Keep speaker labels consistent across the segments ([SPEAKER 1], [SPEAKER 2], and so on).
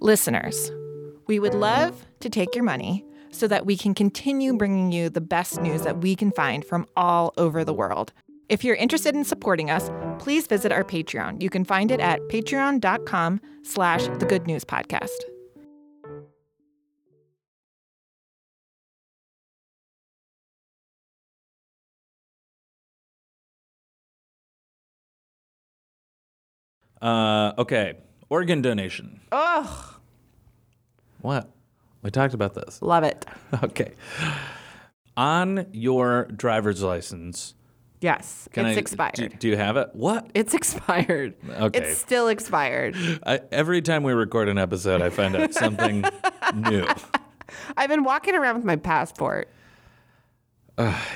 [SPEAKER 1] Listeners, we would love to take your money so that we can continue bringing you the best news that we can find from all over the world. If you're interested in supporting us, please visit our Patreon. You can find it at patreon.com slash the good news podcast.
[SPEAKER 2] Uh, okay, organ donation.
[SPEAKER 1] Ugh,
[SPEAKER 2] What? We talked about this.
[SPEAKER 1] love it.
[SPEAKER 2] Okay. On your driver's license,
[SPEAKER 1] Yes,
[SPEAKER 2] can
[SPEAKER 1] it's
[SPEAKER 2] I,
[SPEAKER 1] expired.
[SPEAKER 2] Do, do you have it? What?
[SPEAKER 3] It's expired.
[SPEAKER 2] Okay.
[SPEAKER 3] It's still expired.
[SPEAKER 2] I, every time we record an episode, I find out something new.
[SPEAKER 3] I've been walking around with my passport.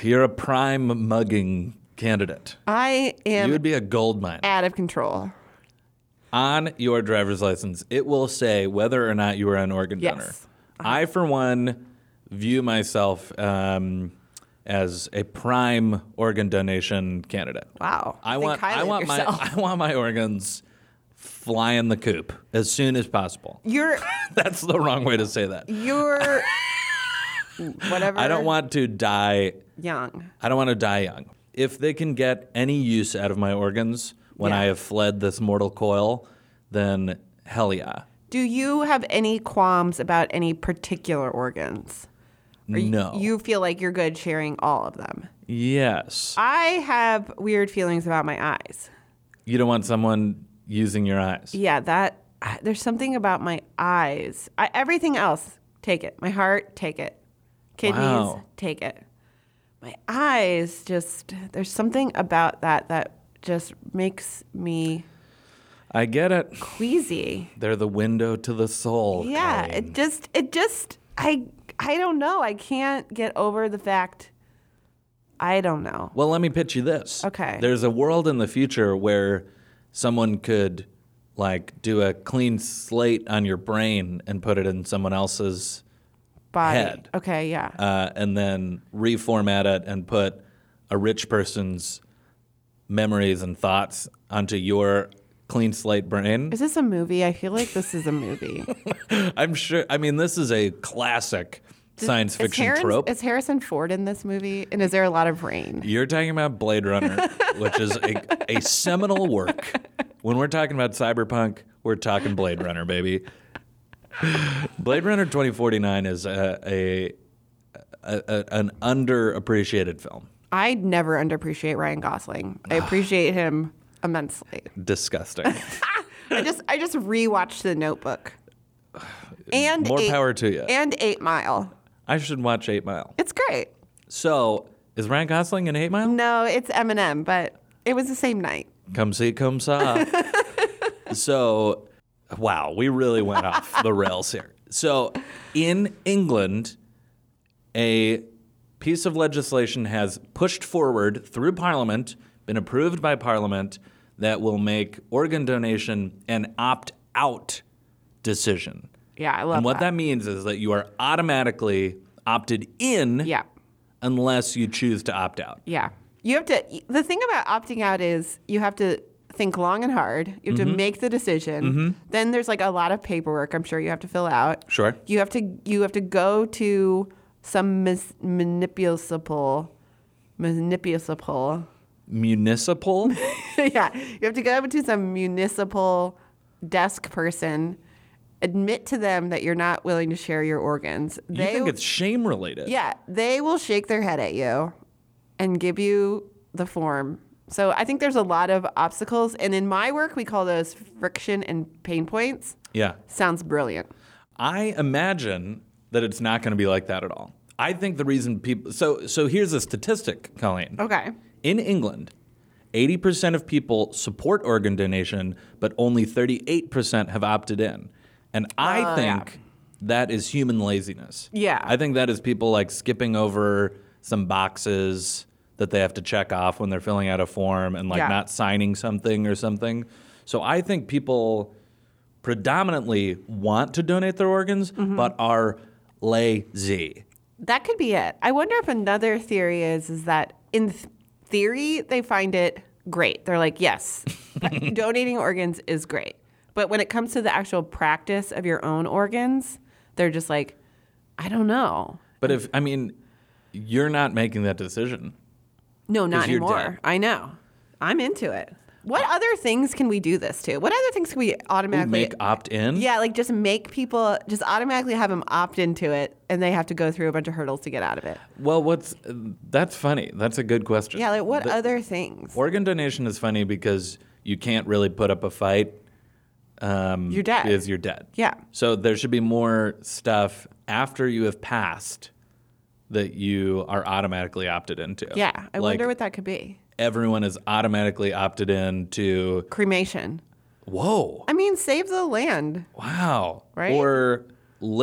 [SPEAKER 2] You're a prime mugging candidate.
[SPEAKER 3] I
[SPEAKER 2] You
[SPEAKER 1] Um,
[SPEAKER 3] am
[SPEAKER 2] would be a gold mine.
[SPEAKER 3] out of control.
[SPEAKER 2] on your driver's license, it will say whether or not you are an organ
[SPEAKER 3] Yes. Uh-huh.
[SPEAKER 2] donor. I, for one, view myself um, as a prime organ donation candidate.
[SPEAKER 3] Wow.
[SPEAKER 2] I
[SPEAKER 3] Think
[SPEAKER 2] want,
[SPEAKER 3] highly
[SPEAKER 2] I
[SPEAKER 3] of
[SPEAKER 2] want my,
[SPEAKER 3] yourself.
[SPEAKER 2] I want my organs flying the coop as soon as possible.
[SPEAKER 3] You're
[SPEAKER 2] That's the wrong way to say that.
[SPEAKER 3] you're whatever.
[SPEAKER 2] I don't want to die.
[SPEAKER 3] young.
[SPEAKER 2] I don't want to die young. If they can get any use out of my organs when
[SPEAKER 3] Yeah.
[SPEAKER 2] I have fled this mortal coil, then hell yeah.
[SPEAKER 3] Do you have any qualms about any particular organs? Or y-
[SPEAKER 2] no.
[SPEAKER 3] You feel like you're good sharing all of them.
[SPEAKER 2] Yes.
[SPEAKER 3] I have weird feelings about my eyes.
[SPEAKER 2] You don't want someone using your eyes.
[SPEAKER 3] Yeah, that there's something about my eyes. I, everything else, take it. My heart, take it. Kidneys,
[SPEAKER 2] Wow.
[SPEAKER 3] take it. My eyes, just there's something about that that just makes me
[SPEAKER 2] I get it.
[SPEAKER 3] queasy.
[SPEAKER 2] They're the window to the soul.
[SPEAKER 3] Yeah,
[SPEAKER 2] Colleen.
[SPEAKER 3] it just it just I I don't know. I can't get over the fact. I don't know.
[SPEAKER 2] Well, let me pitch you this.
[SPEAKER 3] Okay.
[SPEAKER 2] There's a world in the future where someone could like do a clean slate on your brain and put it in someone else's
[SPEAKER 3] Body.
[SPEAKER 2] head.
[SPEAKER 3] Okay. Yeah.
[SPEAKER 2] uh, and then reformat it and put a rich person's memories and thoughts onto your clean slate brain.
[SPEAKER 3] is this a movie? I feel like this is a movie.
[SPEAKER 2] I'm sure. I mean, this is a classic science
[SPEAKER 3] is,
[SPEAKER 2] fiction
[SPEAKER 3] Harris-
[SPEAKER 2] trope.
[SPEAKER 3] is Harrison Ford in this movie? And is there a lot of rain?
[SPEAKER 2] You're talking about Blade Runner, which is a, a seminal work. When we're talking about cyberpunk, we're talking Blade Runner, baby. Blade Runner 2049 is a, a, a, a an underappreciated film.
[SPEAKER 3] I never underappreciate Ryan Gosling. I appreciate him immensely.
[SPEAKER 2] Disgusting.
[SPEAKER 3] I just I just rewatched The Notebook. And
[SPEAKER 2] More
[SPEAKER 3] eight,
[SPEAKER 2] power to you.
[SPEAKER 3] And Eight Mile.
[SPEAKER 2] I should watch Eight Mile.
[SPEAKER 3] It's great.
[SPEAKER 2] So, is Ryan Gosling in Eight Mile?
[SPEAKER 3] No, it's Eminem, but it was the same night.
[SPEAKER 2] Come see, come saw. so, wow, we really went off the rails here. So, in England, a piece of legislation has pushed forward through Parliament, been approved by Parliament, that will make organ donation an opt out decision.
[SPEAKER 3] Yeah, I love
[SPEAKER 2] and what
[SPEAKER 3] that.
[SPEAKER 2] that means is that you are automatically opted in
[SPEAKER 3] Yeah.
[SPEAKER 2] unless you choose to opt out.
[SPEAKER 3] Yeah. You have to the thing about opting out is you have to think long and hard. You have
[SPEAKER 2] Mm-hmm.
[SPEAKER 3] to make the decision. Then there's like a lot of paperwork I'm sure you have to fill out.
[SPEAKER 2] Sure.
[SPEAKER 3] You have to you have to go to some mis- municipal municipal
[SPEAKER 2] Municipal?
[SPEAKER 3] yeah, you have to go to some municipal desk person, admit to them that you're not willing to share your organs.
[SPEAKER 2] you think it's shame related?
[SPEAKER 3] yeah, they will shake their head at you and give you the form. So I think there's a lot of obstacles, and in my work, we call those friction and pain points.
[SPEAKER 2] Yeah.
[SPEAKER 3] Sounds brilliant.
[SPEAKER 2] I imagine that it's not going to be like that at all. I think the reason people so so here's a statistic, Colleen.
[SPEAKER 3] Okay.
[SPEAKER 2] In England, 80% of people support organ donation, but only 38% have opted in. And I think that is human laziness.
[SPEAKER 3] Oh, Yeah.
[SPEAKER 2] I think that is people like skipping over some boxes that they have to check off when they're filling out a form and like
[SPEAKER 3] Yeah.
[SPEAKER 2] not signing something or something. So I think people predominantly want to donate their organs,
[SPEAKER 3] Mm-hmm.
[SPEAKER 2] but are lazy.
[SPEAKER 3] That could be it. I wonder if another theory is is that in th- theory they find it great. They're like, yes, donating organs is great. But when it comes to the actual practice of your own organs, they're just like, I don't know.
[SPEAKER 2] But if I mean, you're not making that decision.
[SPEAKER 3] No, not
[SPEAKER 2] you're
[SPEAKER 3] anymore.
[SPEAKER 2] dead.
[SPEAKER 3] I know. I'm into it. What other things can we do this to? What other things can we
[SPEAKER 2] You
[SPEAKER 3] automatically
[SPEAKER 2] make opt in.
[SPEAKER 3] Yeah, like just make people just automatically have them opt into it and they have to go through a bunch of hurdles to get out of it.
[SPEAKER 2] Well, what's that's funny. That's a good question.
[SPEAKER 3] Yeah, like what
[SPEAKER 2] The-
[SPEAKER 3] other things?
[SPEAKER 2] organ donation is funny because you can't really put up a fight. Um,
[SPEAKER 3] You're dead.
[SPEAKER 2] Is you're dead.
[SPEAKER 3] Yeah.
[SPEAKER 2] So there should be more stuff after you have passed that you are automatically opted into.
[SPEAKER 3] Yeah, I
[SPEAKER 2] like
[SPEAKER 3] wonder what that could be.
[SPEAKER 2] everyone is automatically opted in to.
[SPEAKER 3] Cremation.
[SPEAKER 2] Whoa!
[SPEAKER 3] I mean, save the land.
[SPEAKER 2] Wow!
[SPEAKER 3] Right?
[SPEAKER 2] Or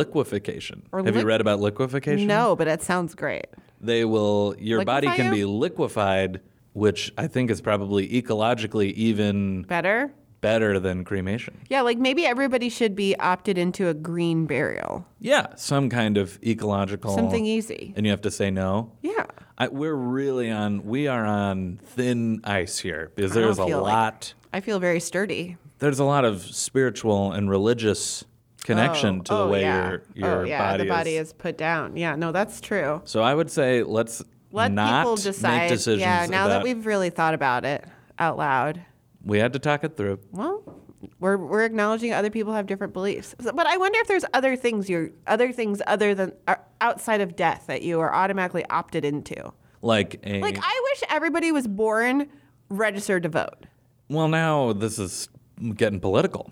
[SPEAKER 2] liquefaction.
[SPEAKER 3] Or
[SPEAKER 2] have you
[SPEAKER 3] liq-
[SPEAKER 2] read about liquefaction?
[SPEAKER 3] No, but it sounds great.
[SPEAKER 2] they will your body
[SPEAKER 3] Liquefy
[SPEAKER 2] can
[SPEAKER 3] you?
[SPEAKER 2] be liquefied which i think is probably ecologically even
[SPEAKER 3] Better?
[SPEAKER 2] better than cremation
[SPEAKER 3] Yeah, like maybe everybody should be opted into a green burial.
[SPEAKER 2] yeah some kind of ecological
[SPEAKER 3] Something easy.
[SPEAKER 2] and you have to say no
[SPEAKER 3] Yeah.
[SPEAKER 2] I, we're really on we are on thin ice here because
[SPEAKER 3] don't
[SPEAKER 2] there's a
[SPEAKER 3] feel like-
[SPEAKER 2] lot
[SPEAKER 3] I feel very sturdy.
[SPEAKER 2] there's a lot of spiritual and religious connection
[SPEAKER 3] Oh,
[SPEAKER 2] to the
[SPEAKER 3] oh,
[SPEAKER 2] way
[SPEAKER 3] yeah.
[SPEAKER 2] your your
[SPEAKER 3] oh, yeah,
[SPEAKER 2] body,
[SPEAKER 3] the body is. put down. Yeah, no, that's true.
[SPEAKER 2] so i would say let's
[SPEAKER 3] Let
[SPEAKER 2] not
[SPEAKER 3] people decide.
[SPEAKER 2] make decisions
[SPEAKER 3] yeah, now that
[SPEAKER 2] about-
[SPEAKER 3] we've really thought about it out loud.
[SPEAKER 2] we had to talk it through
[SPEAKER 3] well we're, we're acknowledging other people have different beliefs So- but i wonder if there's other things you're other things other than uh, outside of death that you are automatically opted into
[SPEAKER 2] like a
[SPEAKER 3] like i wish everybody was born registered to vote
[SPEAKER 2] Well, now this is getting political.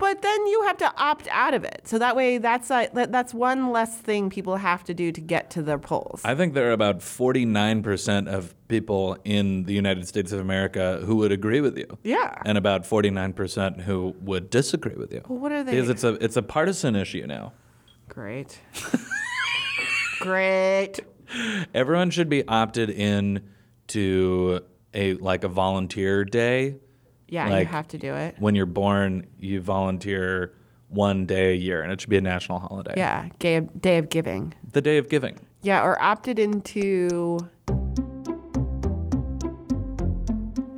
[SPEAKER 3] but then you have to opt out of it so that way that's a, that- that's one less thing people have to do to get to their polls
[SPEAKER 2] I think there are about 49% of people in the United States of America who would agree with you.
[SPEAKER 3] Yeah.
[SPEAKER 2] And about 49% who would disagree with you.
[SPEAKER 3] Well, what are they?
[SPEAKER 2] Because it's a, it's a partisan issue now.
[SPEAKER 3] great great
[SPEAKER 2] Everyone should be opted in to a like a volunteer day.
[SPEAKER 3] yeah you
[SPEAKER 2] Like,
[SPEAKER 3] have to do it
[SPEAKER 2] When you're born, you volunteer one day a year and it should be a national holiday.
[SPEAKER 3] yeah day of, day of giving
[SPEAKER 2] The day of giving.
[SPEAKER 3] Yeah, or opted into.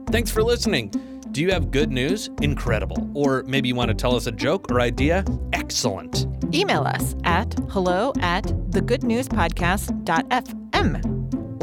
[SPEAKER 4] Thanks for listening. Do you have good news? Incredible. Or maybe you want to tell us a joke or idea? Excellent.
[SPEAKER 1] Email us at hello at thegoodnewspodcast.fm.